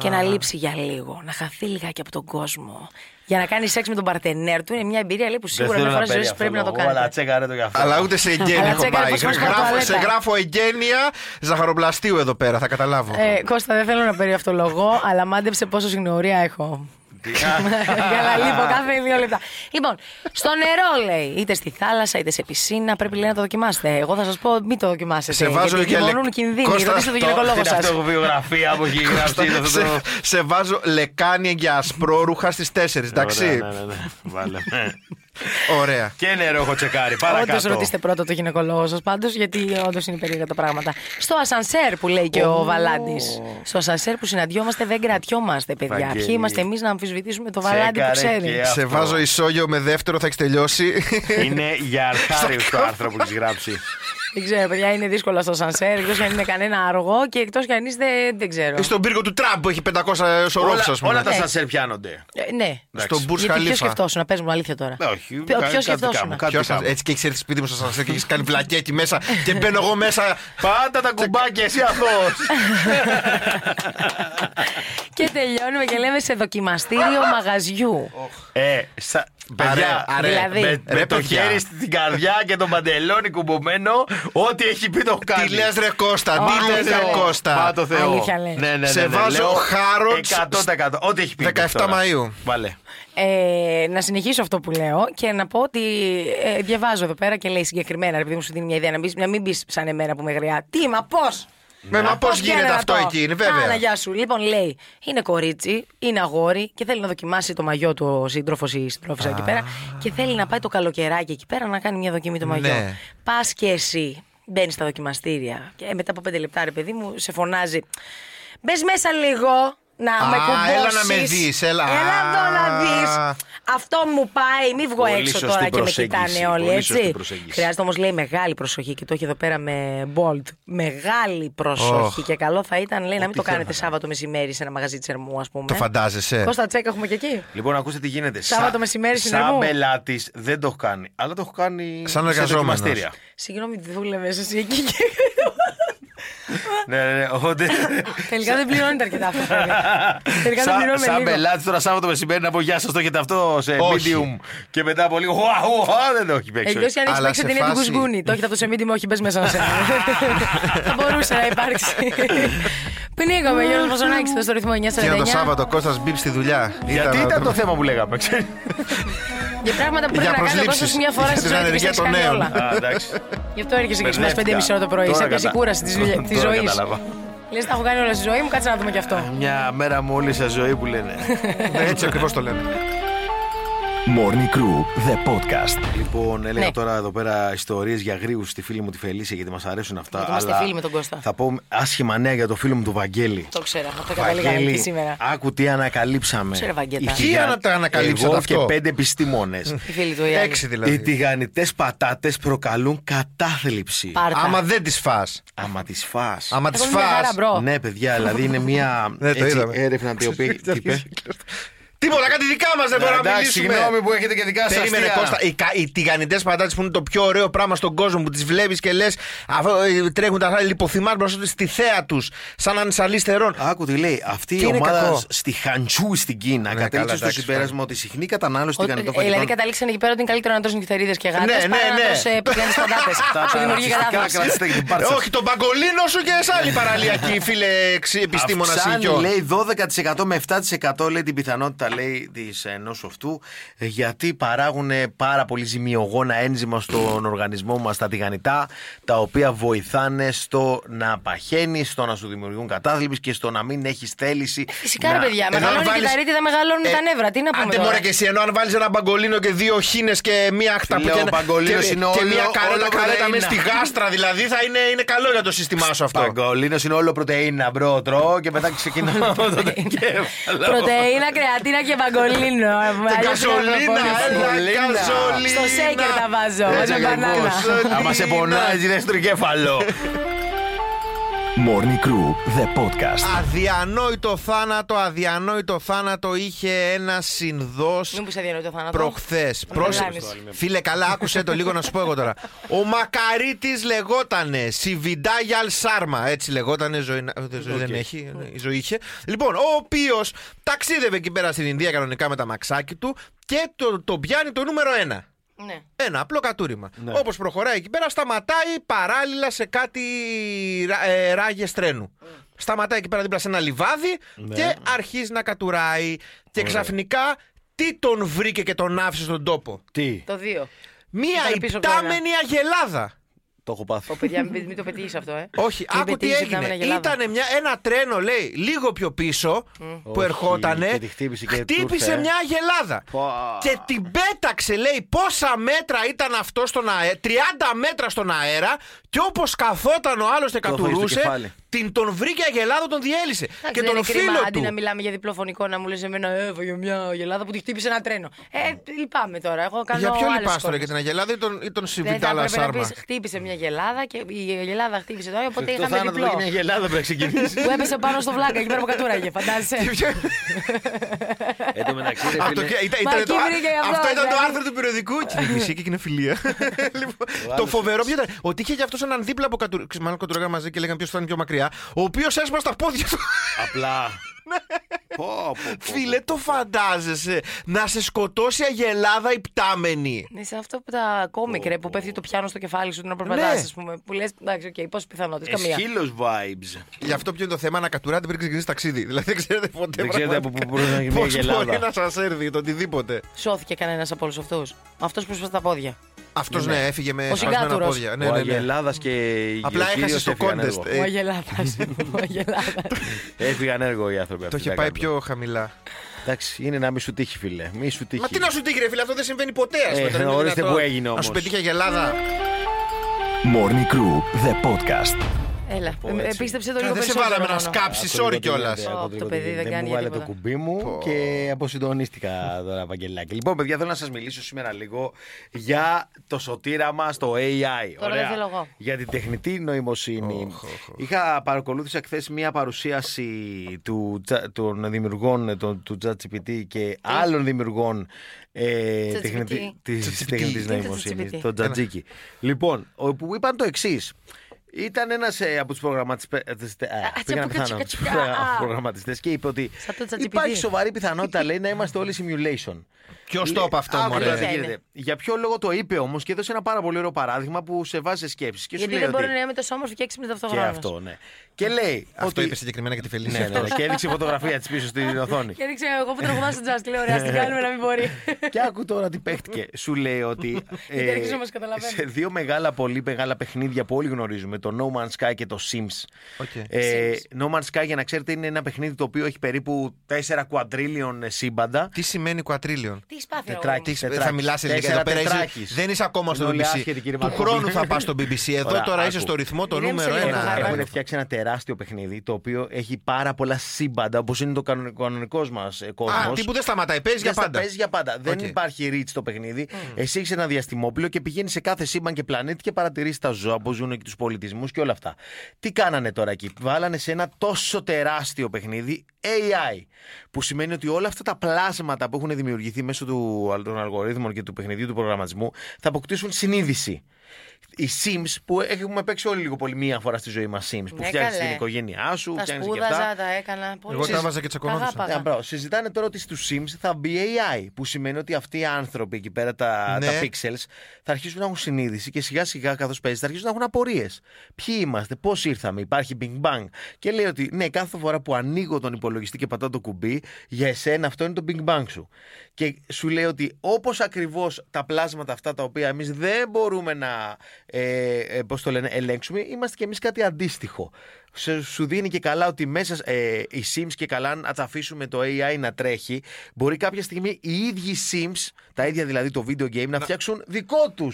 και να λείψει για λίγο, να χαθεί λιγάκι από τον κόσμο. Για να κάνει σεξ με τον παρτενέρ του είναι μια εμπειρία λέει, που Δεν σίγουρα θέλω μια να φορά στη ζωή παίρνει σου αυτό πρέπει να το το λόγο, αλλά κάνει. τσέκαρε το για αυτό. Αλλά ούτε σε εγγένεια Αλλά έχω τσέκαρε πάει. Ε, πως πας Γράφω- τουαλέτα. Σε γράφω εγγένεια ζαχαροπλαστείου εδώ πέρα, θα καταλάβω. Ε, Κώστα, δεν θέλω να περιαυτολογώ, αλλά μάντεψε πόσο συγνωρία έχω. Καλά, λείπω κάθε δύο λεπτά. Λοιπόν, στο νερό λέει, είτε στη θάλασσα είτε σε πισίνα, πρέπει λέει να το δοκιμάσετε. Εγώ θα σας πω, μην το δοκιμάσετε. Σε βάζω γιατί για λεκ- λεκ... κινδύνοι. Κώστα, Ρωτήστε τον το- γυναικολόγο Την σας. αυτοβιογραφία που έχει γράψει. είναι αυτό σε, το- σε βάζω λεκάνια για ασπρόρουχα στι 4, Ωραία, εντάξει. ναι, ναι, ναι. Βάλε. Ωραία. Και νερό έχω τσεκάρει, Όντως παρακάτω. ρωτήστε πρώτα το γυναικολόγος σας πάντως, γιατί όντως είναι περίεργα τα πράγματα. Στο ασανσέρ που λέει και ο Βαλάντης. Στο ασανσέρ που συναντιόμαστε δεν κρατιόμαστε, παιδιά. Βαγγέλη. Ποιοι είμαστε εμείς να αμφισβητήσουμε το Βαλάντη που Τσέκαρε ξέρει. και Ε, αυτό. Σε βάζω ισόγειο με δεύτερο, θα έχεις τελειώσει. Είναι για αρχάριου το άρθρο που έχεις γράψει. Δεν ξέρω, παιδιά, είναι δύσκολο στο ασανσέρ, εκτός κι αν είναι κανένα αργό και εκτός κι αν είστε. Δεν Ε, ξέρω. Στον πύργο του Τραμπ που έχει 500 Όλα- σωρόφου, ας πούμε. Όλα Ναι. τα σανσέρ πιάνονται. Ε, ναι. Στον Μπουρ Γιατί ποιος Χαλίφα. σκεφτόσουν, πες μου αλήθεια τώρα. Ναι, όχι, Ποιο- κα- Ποιος κάτι δικά σκεφτόσουν. μου, κάτι Ποιος δικά σας- μου. έτσι και έχεις έρθει σπίτι μου στο σανσέρ και έχεις κάνει βλακιά εκεί μέσα και μπαίνω εγώ μέσα. Πάντα τα κουμπάκια, εσύ αυτός. Και τελειώνουμε και λέμε σε δοκιμαστήριο μαγαζιού. Ε, σα... Παιδιά, Αρέ, αρέ. Δηλαδή. με, με Ρε, το παιδιά. χέρι στην καρδιά και τον παντελόνι κουμπωμένο, ό,τι έχει πει το έχω κάνει. Τι λες ρε Κώστα, Ω, τι λες αλήθεια ρε λέει. Κώστα. Πά το Θεό. Αλήθεια λέει. Ναι, ναι, ναι, Σε ναι, βάζω λέω χάροτς 100%. Ό,τι έχει πει. 17 τώρα. Μαΐου. Βάλε. Ε, να συνεχίσω αυτό που λέω και να πω ότι ε, διαβάζω εδώ πέρα και λέει συγκεκριμένα, επειδή μου σου δίνει μια ιδέα, να, μπεις- να μην πει σαν εμένα που με γριά. Τι, μα πώς! Με Ναι, μα πώς γίνεται αυτό εκεί, είναι Άνα, βέβαια. γεια σου. Λοιπόν, λέει, είναι κορίτσι, είναι αγόρι και θέλει να δοκιμάσει το μαγιό του ο σύντροφος ή η συντρόφισσα εκεί πέρα και θέλει να πάει το καλοκαιράκι εκεί πέρα να κάνει μια δοκιμή το μαγιό. Ναι. Πας και εσύ μπαίνεις στα δοκιμαστήρια και μετά από πέντε λεπτά, ρε παιδί μου, σε φωνάζει. Μπες μέσα λίγο να Α, με κουμπώσεις. έλα να με δεις, έλα. Έλα εδώ να Α. δεις. Αυτό μου πάει, μη βγω Πολύ έξω σωστή τώρα και με προσέγγιση, κοιτάνε όλοι, πολύ έτσι. σωστή προσέγγιση. Χρειάζεται όμως, λέει, μεγάλη προσοχή και το έχει εδώ πέρα με bold. Μεγάλη προσοχή Οχ. και καλό θα ήταν, λέει, να μην το κάνετε Σάββατο μεσημέρι σε ένα μαγαζί τσερμού, ας πούμε. Το φαντάζεσαι. Κώστα τσέκ έχουμε και εκεί. Λοιπόν, ακούστε τι γίνεται. Σάββατο Σα- μεσημέρι στην Σαν Ερμού. πελάτη δεν το έχω κάνει. Αλλά το έχω κάνει Σαν σε εργαζόμενος. δοκιμαστήρια. Συγγνώμη, τι δούλευε εσύ εκεί. και- ναι, ναι, ναι. Οπότε... Τελικά δεν πληρώνεται αρκετά αυτό. φαίνεται. Τελικά δεν Σαν, πληρώνουμε σαν λίγο. πελάτης τώρα Σάββατο μεσημέρι να πω γεια σας, το έχετε αυτό σε Όχι. medium. Και μετά από λίγο. Χουα, χουα, δεν το έχει παίξει. Εκτό κι αν έχεις Αλλά παίξει σε την Έντου φάση- Κουσγούνη. Το έχετε αυτό σε μήνυμα, όχι μπε μέσα σε. Θα μπορούσε να υπάρξει. Πνίγομαι, Γιώργο Μαζονάκη, στο ρυθμό 949. Και το Σάββατο Κώστας μπίπ στη δουλειά. Γιατί ήταν το θέμα που λέγαμε, Για πράγματα που πρέπει Για να κάνει ο προσλήψεις. κόσμο μια φορά Για στη την ζωή του και ανεργία σε των κάνει νέων. όλα. Α, εντάξει. Γι' αυτό έρχεσαι και ξυπνά 5.30 Μπερδεύτηκα. ώρα το πρωί. Σε Τώρα πιάσει η κατα- κούραση της Τώρα ζωής. κατάλαβα. Λες, τα έχω κάνει όλα στη ζωή μου, κάτσε να δούμε κι αυτό. Μια μέρα μου όλη σε ζωή που λένε. Ναι, Έτσι ακριβώς το λένε. Morning Crew, the podcast. λοιπόν, έλεγα Ναι. τώρα εδώ πέρα ιστορίες για γρήγορου στη φίλη μου τη Φελίσια γιατί μας αρέσουν αυτά. Γιατί είμαστε αλλά φίλοι με τον Κώστα. Θα πω άσχημα νέα για το φίλο μου του Βαγγέλη. Το ξέρα, αυτό καταλήγαμε και σήμερα. άκου τι ανακαλύψαμε. Ξέρω, Βαγγέτα. Οι Τι τηγαν- ανα- τα ανακαλύψατε Εγώ αυτό? και πέντε επιστήμονες. Οι φίλοι του οι άλλοι. Έξι Οι δηλαδή. τηγανιτές πατάτες προκαλούν κατάθλιψη. Πάρτα. Άμα δεν τις φας. Άμα τις φά. Άμα Εγώ τις είμαι χαρά, φας. μπρο. Ναι, παιδιά, δηλαδή είναι μια Ναι, το έτσι, είδαμε. έρευνα την οποία. Τι είπε? Τίποτα, κάτι δικά μας δεν μπορούμε να Εντάξει, μιλήσουμε. συγγνώμη που έχετε και δικά σας. Περίμενε Κώστα, οι, κα- οι τηγανιτές πατάτες που είναι το πιο ωραίο πράγμα στον κόσμο που τις βλέπεις και λες, τρέχουν τα χάρη λιποθυμά μπροστά τους στη θέα τους, σαν ανισαλίστερων. Άκου τι λέει. Αυτή Τι η είναι κακό? ομάδα στη Χαντσού στην Κίνα Ναι, καλά, κατέληξε στο εντάξει, συμπέρασμα ότι η συχνή κατανάλωση Ότι- τηγανιτών ε, Δηλαδή φαγητών. καταλήξανε εκεί πέρα ότι είναι καλύτερο να τρώσει νυχτερίδες και γάτες Ναι, παρά ναι, ναι. να τρώσει πιθανέ πατάτε. Τα- Σου τα δημιουργεί ρατσιστικά κατάθλιψη. κρατήστε και την Ε, πάρτσα σας. όχι, τον παγκολίνο σου και σε άλλη παραλιακή, φίλε ξύ- επιστήμονα Αυξάνει, Σίγιο. λέει 12% με 7% λέει την πιθανότητα μελέτα λέει της ενός αυτού ε, γιατί παράγουν πάρα πολύ ζημιογόνα ένζημα στον οργανισμό μας τα τηγανιτά, τα οποία βοηθάνε στο να παχαίνει, στο να σου δημιουργούν κατάθλιψη και στο να μην έχεις θέληση. Ε, Φυσικά να- ρε παιδιά, Ενώ μεγαλώνει αν και βάλεις- τα ρίτια, δεν μεγαλώνουν Ε, τα νεύρα. Τι να πούμε. Άντε τώρα. μωρέ και εσύ, ενώ αν βάλεις ένα μπαγκολίνο και δύο χίνες και μία άκτα Λέω, και, ο μπαγκολίνος και, είναι και όλο- μία καρέτα, όλο καρέτα πρωτεΐνα. μες στη γάστρα, δηλαδή θα είναι, είναι καλό για το σύστημά σου αυτό. Παγκολίνο είναι όλο πρωτεΐνα, μπρο. Τρώω και μετά ξεκινάω από τον εγκέφαλο. Πρωτεΐνα, κρεατίνα και βαγκολίνο. Και Αλλιώς είναι καζολίνα, προπόνηση. έλα, Καζολίνα. καζολίνα. Στο σέικερ τα βάζω. Έτσι με μπανάνα. ακριβώς. Άμα σε πονάει, δεν στο εγκέφαλο. Morning Crew, the podcast. Αδιανόητο θάνατο, αδιανόητο θάνατο είχε ένα συνδός Μην που σε διανοεί το θάνατο. Προχθές. Με Πρόσεχε. τρελάνεις. Φίλε, καλά, άκουσε το λίγο να σου πω εγώ τώρα. Ο Μακαρίτης λεγότανε Σιβιντάγιαλ Σάρμα. Έτσι λεγότανε. Ζωή, να- ε, ζωή δεν έχει. ε, Η ζωή είχε. Λοιπόν, ο οποίος ταξίδευε εκεί πέρα στην Ινδία κανονικά με τα μαξάκι του και το, το πιάνει το νούμερο ένα. Ναι. Ένα απλό κατούριμα. Όπως προχωράει εκεί πέρα, σταματάει παράλληλα σε κάτι ρα- ε, ράγες τρένου. Σταματάει εκεί πέρα δίπλα σε ένα λιβάδι και αρχίζει να κατουράει. Και ξαφνικά, τι τον βρήκε και τον άφησε στον τόπο. Τι, Το δύο. Μία Ήταν πίσω από το υπτάμενη αγελάδα. το έχω πάθει. Ω, παιδιά, μην, μην το πετύχεις αυτό, ε. Όχι, Μην άκου τι πετύχεις, έγινε. ήταν Ελλάδα. Ήταν μια, ένα τρένο, λέει, λίγο πιο πίσω που Όχι, ερχότανε. και τη χτύπησε και ε. του χτύπησε ήρθε. μια αγελάδα. Πω. Και την πέταξε, λέει, πόσα μέτρα ήταν αυτό στον αέρα. 30 μέτρα στον αέρα. Και όπως καθόταν ο άλλος Το και έφαγε στο κατουρούσε, κεφάλι. την, τον βρήκε αγελάδα, τον διέλυσε. Εντάξει, και δεν τον είναι κρίμα, φίλο Αντί του. να μιλάμε για διπλοφωνικό, να μου λες εμένα, ε, για μια γελάδα που τη χτύπησε ένα τρένο. Ε, λυπάμαι τώρα. Εγώ κάνω Για ποιο άλλες λυπάς τώρα, εικόνες. για την αγελάδα ή τον, ή τον Δεν θα Σιβιτάλα έπρεπε να Σάρμα. πεις, χτύπησε μια γελάδα και η γελάδα χτύπησε τώρα, οπότε Το είχαμε θάνατο διπλό. είναι η Γελάδα πρέπει να ξεκινήσει. Που έπεσε πάνω στο βλάκα εκεί πέρα που κατούραγε, φαντάζεσαι. Εν τω μεταξύ, ρε Αυτό, φίλε, και- ήταν- Μα ήταν εκεί το, α- βρήκε αυτό, αυτό ήταν το δηλαδή. άρθρο του περιοδικού. Κυνηγησία και κοινοφιλία. Λοιπόν, το άλλος- φοβερό ποιο ήταν. Ότι είχε γι' αυτός έναν δίπλα που κατουρ... μάλλον κατουράγαν μαζί και λέγανε ποιος ήταν πιο μακριά. Ο οποίος έσπασε τα πόδια του. Απλά. Πω, Ναι. πω, πω. Φίλε, το φαντάζεσαι να σε σκοτώσει αγελάδα υπτάμενη. Ναι, σε αυτό που τα κόμικ, ρε, που πέφτει το πιάνο στο κεφάλι σου, να περπατά, Ναι. ας πούμε. Που λες, εντάξει, οκ, πόσες Ε, πιθανότητες, καμία. Εσχύλος vibes. Γι' αυτό ποιο είναι το θέμα να κατουράτε πριν ξεκινήσει ταξίδι. Δηλαδή δεν ξέρετε ποτέ. Δεν ξέρετε από πού μπορεί να γίνει μια Πώς μπορεί γελάδα. να σας έρθει το οτιδήποτε. Σώθηκε κανένας από όλους αυτούς. Αυτός που σπάσε τα πόδια. Αυτός ναι, έφυγε με Ο σπασμένα συγκάτουρος. πόδια. Ναι, Ο ναι, ναι. Αγελάδας και η Απλά Γεωργύριος έχασε το έφυγαν έργο. contest. Ο Ε, Αγελάδας. Ο Αγελάδας. Έφυγαν έργο οι άνθρωποι. Το αυτοί, είχε τι να πάει κάνουμε. πιο χαμηλά. Εντάξει, είναι να μη σου τύχει, φίλε. Μη σου τύχει. Μα τι να σου τύχει, ρε φίλε, αυτό δεν συμβαίνει ποτέ. ας Ε, πούμε, δεν είναι ορίστε δυνατόν. που έγινε Να όμως. σου πετύχει η Ελλάδα. Ε, Morning Crew, the podcast. Έλα, ε, έτσι. επίστεψε το λίγο Δεν σε περισσότερο. βάλαμε να μόνο. ναι. σκάψει, sorry κιόλα. Ω, το παιδί δεν δεν κάνει μου για βάλε το τίποτα. κουμπί μου και αποσυντονίστηκα τώρα, Βαγγελάκη. Λοιπόν, παιδιά, θέλω να σας μιλήσω σήμερα λίγο για το σωτήρα μας, το AI. Τώρα Ωραία. δεν θέλω εγώ. Για την τεχνητή νοημοσύνη. Είχα παρακολούθησα χθες μία παρουσίαση του, τσα- των δημιουργών ε, των- του ChatGPT και άλλων δημιουργών Λοιπόν, ε, ChatGPT. της ChatGPT. τεχνητής είναι το νοημοσύνη, ChatGPT? το Τζατζίκι. Λοιπόν, όπου είπαν το εξής. Ήταν ένας από τους τσαπουκα, τσικα, τσικα, α. προγραμματιστέ και είπε ότι Σαν το ChatGPT. υπάρχει σοβαρή πιθανότητα λέει να είμαστε όλοι simulation. Ποιος το είπε αυτό, Άκου τώρα μωρέ. τι είναι. γίνεται. Για ποιο λόγο το είπε όμως και έδωσε ένα πάρα πολύ ωραίο παράδειγμα που σε βάζει σε σκέψεις. Και σου Γιατί λέει δεν ότι- μπορεί να είμαι τόσο όμορφη και έξυπνη Και ταυτόχρονα. αυτό, ναι. Και λέει. Αυτό ότι- είπε συγκεκριμένα για τη Ναι, Φελίσια. ναι, ναι. Και έδειξε φωτογραφία της πίσω στην οθόνη. Και δείξε εγώ που τραγουδάω στο jazz και λέω: Ωραία, ας την κάνουμε να μην μπορεί. Και άκου τώρα τι παίχτηκε. Σου λέει ότι. ε, Γιατί αρχίζω να μας καταλαβαίνω. σε δύο μεγάλα, πολύ μεγάλα παιχνίδια που όλοι γνωρίζουμε, το No Man's Sky και το Sims. Οκ. Ε, no Man's Sky, για να ξέρετε, είναι ένα παιχνίδι το οποίο έχει περίπου 4 quadrillion σύμπαντα. Τι σημαίνει κουατρίλιον. Τι σπάθει ρε, Τετράκι. μου. Ε, Τετράκης. Θα μιλά ελληνικά Τέσσερα εδώ πέρα. είσαι- τετράκης. Δεν είσαι ακόμα στο Είναι όλοι BBC. άσχετοι, κύριε Του Μαρκόπουλε. χρόνου θα πας στο BBC. Εδώ Ωραία, τώρα είσαι άκου. στο ρυθμό το Ηρέμησε νούμερο λίγο, ένα. Χαρά. Έχουν φτιάξει ένα τεράστιο παιχνίδι το οποίο έχει πάρα πολλά σύμπαντα όπως είναι το κανονικό ε, μα κόσμος. Α, τι που δεν σταματάει. Παίζεις για Δεν στα πάντα. Παίζεις για πάντα. Δεν Οκ. υπάρχει reach το παιχνίδι. Εσύ έχεις ένα διαστημόπλαιο και πηγαίνεις σε κάθε σύμπαν και πλανήτη και παρατηρείς τα ζώα, πώς ζουν και τους πολιτισμούς και όλα αυτά. Τι κάνανε τώρα εκεί. Βάλανε σε ένα τόσο τεράστιο παιχνίδι AI. Που σημαίνει ότι όλα αυτά τα πλάσματα που έχουν δημιουργηθεί μέσω του, των αλγορίθμων και του παιχνιδιού του προγραμματισμού θα αποκτήσουν συνείδηση. Οι Sims που έχουμε παίξει όλοι λίγο πολύ μία φορά στη ζωή μας Sims. Που Ναι, φτιάχνεις την καλέ. οικογένειää σου, Τα φτιάχνεις και σπούδαζα, αυτά. τα έκανα. Πολύ Εγώ τα Συζη- βάζα και τσακωνόντουσα. αγάπαγα. Ναι, μπράβο. Συζητάνε τώρα ότι στους Sims θα μπει AI. Που σημαίνει ότι αυτοί οι άνθρωποι εκεί πέρα, τα, Ναι. τα pixels, θα αρχίσουν να έχουν συνείδηση και σιγά σιγά καθώς παίζεις θα αρχίσουν να έχουν απορίες. Ποιοι είμαστε, πώς ήρθαμε, υπάρχει Big Bang. Και λέει ότι ναι, κάθε φορά που ανοίγω τον υπολογιστή και πατάω το κουμπί, για εσένα αυτό είναι το Big Bang σου. Και σου λέει ότι όπως ακριβώς τα πλάσματα αυτά τα οποία εμείς δεν μπορούμε να ε, ε, πώς το λένε, ελέγξουμε, είμαστε κι εμείς κάτι αντίστοιχο. Σε- σου δίνει και καλά ότι μέσα ε, οι Sims και καλά αν τα αφήσουμε το AI να τρέχει, μπορεί κάποια στιγμή οι ίδιοι Sims, τα ίδια δηλαδή το video game, να, φτιάξουν δικό τους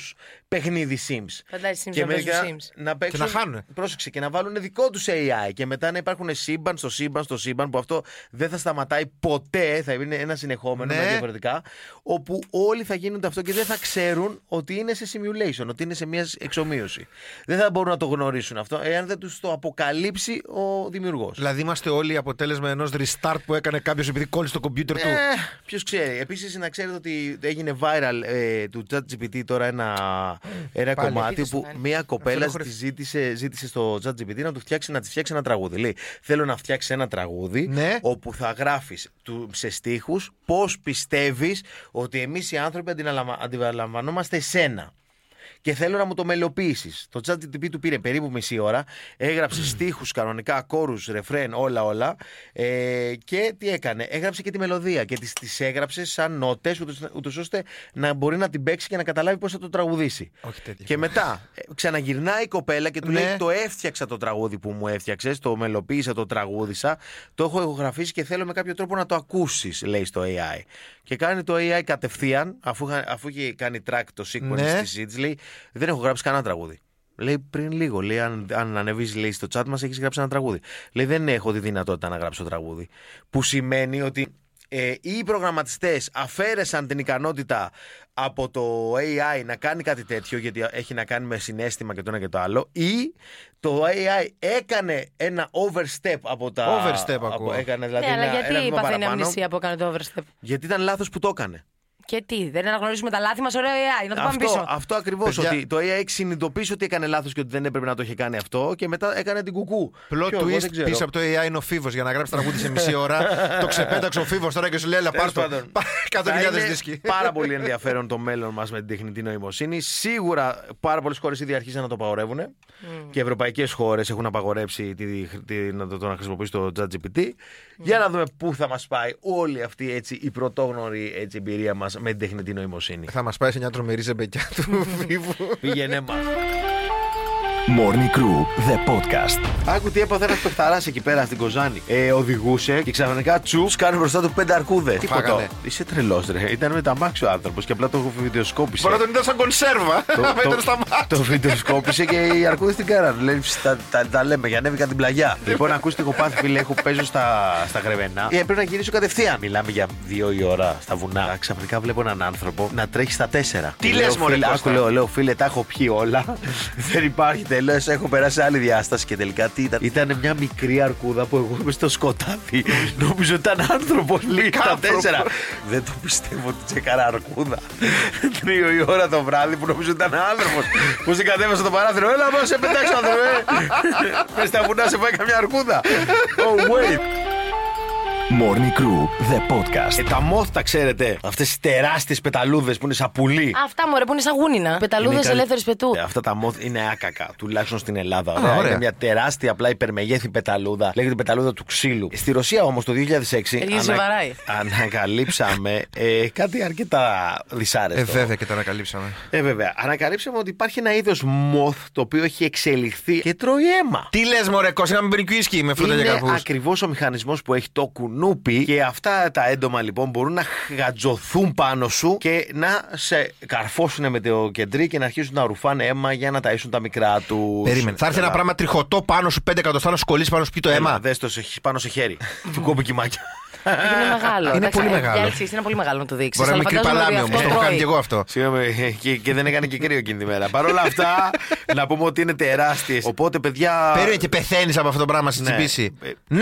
παιχνίδι Sims. Φαντάζεσαι Sims Και να παίζουν μερικά Sims. να παίξουν. να χάνουνε. Πρόσεξε και να βάλουν δικό τους AI. Και μετά να υπάρχουν σύμπαν στο σύμπαν στο σύμπαν που αυτό δεν θα σταματάει ποτέ. Θα είναι ένα συνεχόμενο Ναι. με διαφορετικά. Όπου όλοι θα γίνονται αυτό και δεν θα ξέρουν ότι είναι σε simulation, ότι είναι σε μια εξομοίωση. Δεν θα μπορούν να το γνωρίσουν αυτό εάν δεν τους το αποκαλύψει ο δημιουργός. Δηλαδή είμαστε όλοι αποτέλεσμα ενός restart που έκανε κάποιος επειδή κόλλησε το κομπιούτερ του. Ε, Ποιος ξέρει. Επίσης, να ξέρετε ότι έγινε viral ε, του ChatGPT τώρα ένα, ένα Πάλι, κομμάτι επίθεση που πάλι. μία κοπέλα χωρίς. τη ζήτησε, ζήτησε στο ChatGPT να του φτιάξει, να της φτιάξει ένα τραγούδι. Λέει: Θέλω να φτιάξεις ένα τραγούδι Ναι. όπου θα γράφεις σε στίχους πώς πιστεύεις ότι εμείς οι άνθρωποι αντιλαλαμα- αντιλαμβανόμαστε εσένα. Και θέλω να μου το μελοποιήσεις. Το ChatGPT του πήρε περίπου μισή ώρα. Έγραψε στίχους κανονικά, κόρους, ρεφρέν, όλα, όλα. Ε, και τι έκανε. Έγραψε και τη μελωδία και τις τις έγραψε σαν νότες, ούτως ώστε να μπορεί να την παίξει και να καταλάβει πώς θα το τραγουδήσει. Όχι τέτοιο. Και μετά ε, ξαναγυρνάει η κοπέλα και του Ναι. λέει: Το έφτιαξα το τραγούδι που μου έφτιαξες, το μελοποίησα, το τραγούδισα, το έχω ηχογραφήσει και θέλω με κάποιο τρόπο να το ακούσεις, λέει στο AI. Και κάνει το AI κατευθείαν, αφού, είχα- αφού είχε κάνει track το sequence Ναι. της Seeds, λέει: Δεν έχω γράψει κανένα τραγούδι. Λέει πριν λίγο, λέει, αν, αν ανεβείς λέει, στο chat μας έχεις γράψει ένα τραγούδι. Λέει δεν έχω τη δυνατότητα να γράψω τραγούδι. Που σημαίνει ότι ε, οι προγραμματιστές αφαίρεσαν την ικανότητα από το AI να κάνει κάτι τέτοιο γιατί έχει να κάνει με συνέστημα και το ένα και το άλλο ή το AI έκανε ένα overstep από τα... Overstep από- ακούω. έκανε δηλαδή Ναι, αλλά ένα, ένα γιατί βήμα παθαίνει παραπάνω. αμνησία που έκανε το overstep. Γιατί ήταν λάθος που το έκανε. Και τι, δεν αναγνωρίζουμε τα λάθη μας, ωραίο AI, ε, να το πάμε αυτό, πίσω. Αυτό ακριβώς. Παιδιά. Ότι το AI συνειδητοποίησε ότι έκανε λάθος και ότι δεν έπρεπε να το είχε κάνει αυτό και μετά έκανε την κουκού. Πλό Ποιο, εγώ δεν twist ξέρω. πίσω από το AI είναι ο φίβος για να γράψει τραγούδι σε μισή ώρα. το ξεπέταξε ο φίβος τώρα και σου λέει: Ελά, Τέλος πάρ το. πάντων. Θα 100.000 είναι δίσκοι. Πάρα πολύ ενδιαφέρον το μέλλον μας με την τεχνητή νοημοσύνη. Σίγουρα πάρα πολλές χώρες ήδη αρχίσαν να το απαγορεύουν. Και ευρωπαϊκές χώρες έχουν απαγορεύσει τη, τη, να το, το να χρησιμοποιήσει το ChatGPT. Για να δούμε πού θα μας πάει όλη αυτή έτσι, η πρωτόγνωρη έτσι, εμπειρία μας με την τεχνητή νοημοσύνη. Θα μας πάει σε μια τρομερή ζεμπεκιά του φίβου. Πήγαινε μα. Morning Crew, the podcast. Άκου τι έπαθε ένας παιχταράς εκεί πέρα στην Κοζάνη. Ε, οδηγούσε και ξαφνικά τσου κάνει μπροστά του πέντε αρκούδες. Τι Φάγανε. φωτό. Είσαι τρελός, ρε. Ήταν με τα μάξι ο άνθρωπος και απλά το βιντεοσκόπησε. Μπορεί να τον είδα σαν κονσέρβα. Να το, πέτρε στα μάτια. το βιντεοσκόπησε και οι αρκούδες την κάνανε. Λέει, «Ψ, τα, τα, τα λέμε για ανέβηκα την πλαγιά. λοιπόν, ακούστε, έχω πάθει φίλε, έχω παίζω στα, στα γρεβενά. Ε, πρέπει να γυρίσω κατευθείαν. Μιλάμε για δύο η ώρα στα βουνά. Ξαφνικά βλέπω έναν άνθρωπο να τρέχει στα τέσσερα. Τι Λέω, λες, μωρέ, φίλε, Κώστα? Άκου, λέω, λέω, φίλε, τα έχω πιει όλα. Δεν υπάρχει τελώ, έχω περάσει άλλη διάσταση και τελικά τι ήταν. Ήταν μια μικρή αρκούδα που εγώ είμαι στο σκοτάδι. Νόμιζα ότι ήταν άνθρωπο. Λέει τα άνθρωπο. τέσσερα. Δεν το πιστεύω ότι τσεκάρα αρκούδα. Τρία η ώρα το βράδυ που νομίζω ήταν άνθρωπος. Που την κατέβασα το παράθυρο. Έλα, μα σε πετάξω, άνθρωπε. Πες τα βουνά, σε πάει καμιά αρκούδα. Oh, wait. Morning Crew, the podcast. Ε, τα μόθ τα ξέρετε. Αυτές τι τεράστιες πεταλούδες που είναι σαν πουλί. Αυτά μωρέ που είναι σαν γούνινα. Πεταλούδε Είναι καλ- ελεύθερη πετού. Ναι, Ε, αυτά τα μόθ είναι άκακα, τουλάχιστον στην Ελλάδα. Ωραία. ωραία. Είναι μια τεράστια, απλά υπερμεγέθη πεταλούδα. Λέγεται πεταλούδα του ξύλου. Στη Ρωσία όμως το 2006 Λίγη σοβαράει. ανακαλύψαμε ε, κάτι αρκετά δυσάρεστο. Ε, βέβαια και τα ανακαλύψαμε. Ε, βέβαια. Ανακαλύψαμε ότι υπάρχει ένα είδος μοθ το οποίο έχει εξελιχθεί και τρώει αίμα. Τι λες, Μωρέ, Κώστα, να μην πίνει κουίσκι με φρούτα και Είναι καρπού. ακριβώς ο μηχανισμός που έχει το κουνούπι και αυτά τα έντομα λοιπόν μπορούν να χατζωθούν πάνω σου και να σε καρφώσουν με το κεντρί και να αρχίσουν να ρουφάνε αίμα για να ταΐσουν τα μικρά τους. Περίμενε. Θα έρθει ένα πράγμα τριχωτό πάνω σου, πέντε εκατοστά να σου κολλήσει πάνω σου πει το αίμα. Δες το σε- πάνω σε χέρι. του κόμπου κοιμάκια. Είναι μεγάλο. Είναι Εντάξει, πολύ ε, μεγάλο. για αλεξής, Είναι πολύ μεγάλο να το δείξεις. Μπορεί να μικρή παλάμη όμω. Το έχω κάνει και εγώ αυτό. Συγγνώμη, ε, και, και δεν έκανε και κρύο εκείνη τη μέρα. Παρ' όλα αυτά, να πούμε ότι είναι τεράστιες. Οπότε, παιδιά. Περίμενε και πεθαίνεις από αυτό το πράγμα, να σε Ναι. τσιμπήσει. Ε, Ναι!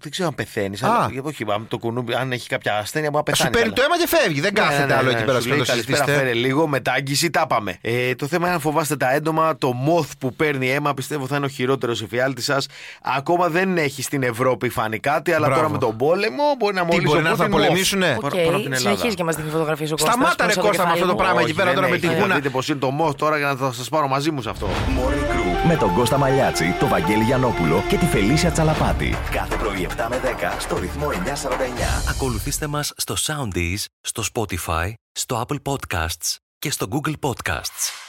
Δεν ξέρω αν πεθαίνεις. Α. Αλλά... Όχι, αν το κουνούμπι, αν έχει κάποια ασθένεια, μπορεί να πεθάνει. Σου παίρνει καλά. το αίμα και φεύγει. Δεν Ναι, ναι, κάθεται ναι, άλλο ναι, εκεί πέρα σου στο λέει, να το Καλησπέρα, συζητήσετε. φέρε λίγο, μετάγγιση, τα πάμε. Ε, το θέμα είναι αν φοβάστε τα έντομα. Το μοθ που παίρνει αίμα πιστεύω θα είναι ο χειρότερος εφιάλτης σας. Ακόμα δεν έχει στην Ευρώπη φανεί κάτι, αλλά Μπράβο. τώρα με τον πόλεμο μπορεί να μολύσει. μπορεί ο να έρθουν να Πούτιν moth. πολεμήσουνε. Παρα- παρά την Okay. Ελλάδα. Συνεχίζει και μας δείχνει φωτογραφίε ο Κώστας. Σταμάτα, ρε, πίσω από Κώστα, με κεφάλι αυτό το μου. πράγμα Όχι, εκεί πέρα δεν τώρα με έχει. τη Θα γούνα. Δείτε πώ είναι το moth τώρα για να θα σας πάρω μαζί μου σε αυτό. Morning Crew με τον Κώστα Μαλιάτση, τον Βαγγέλη Γιανόπουλο και τη Φελίσια Τσαλαπάτη. Κάθε πρωί 7 με 10 στο ρυθμό 949. Ακολουθήστε μας στο Soundees, στο Spotify, στο Apple Podcasts και στο Google Podcasts.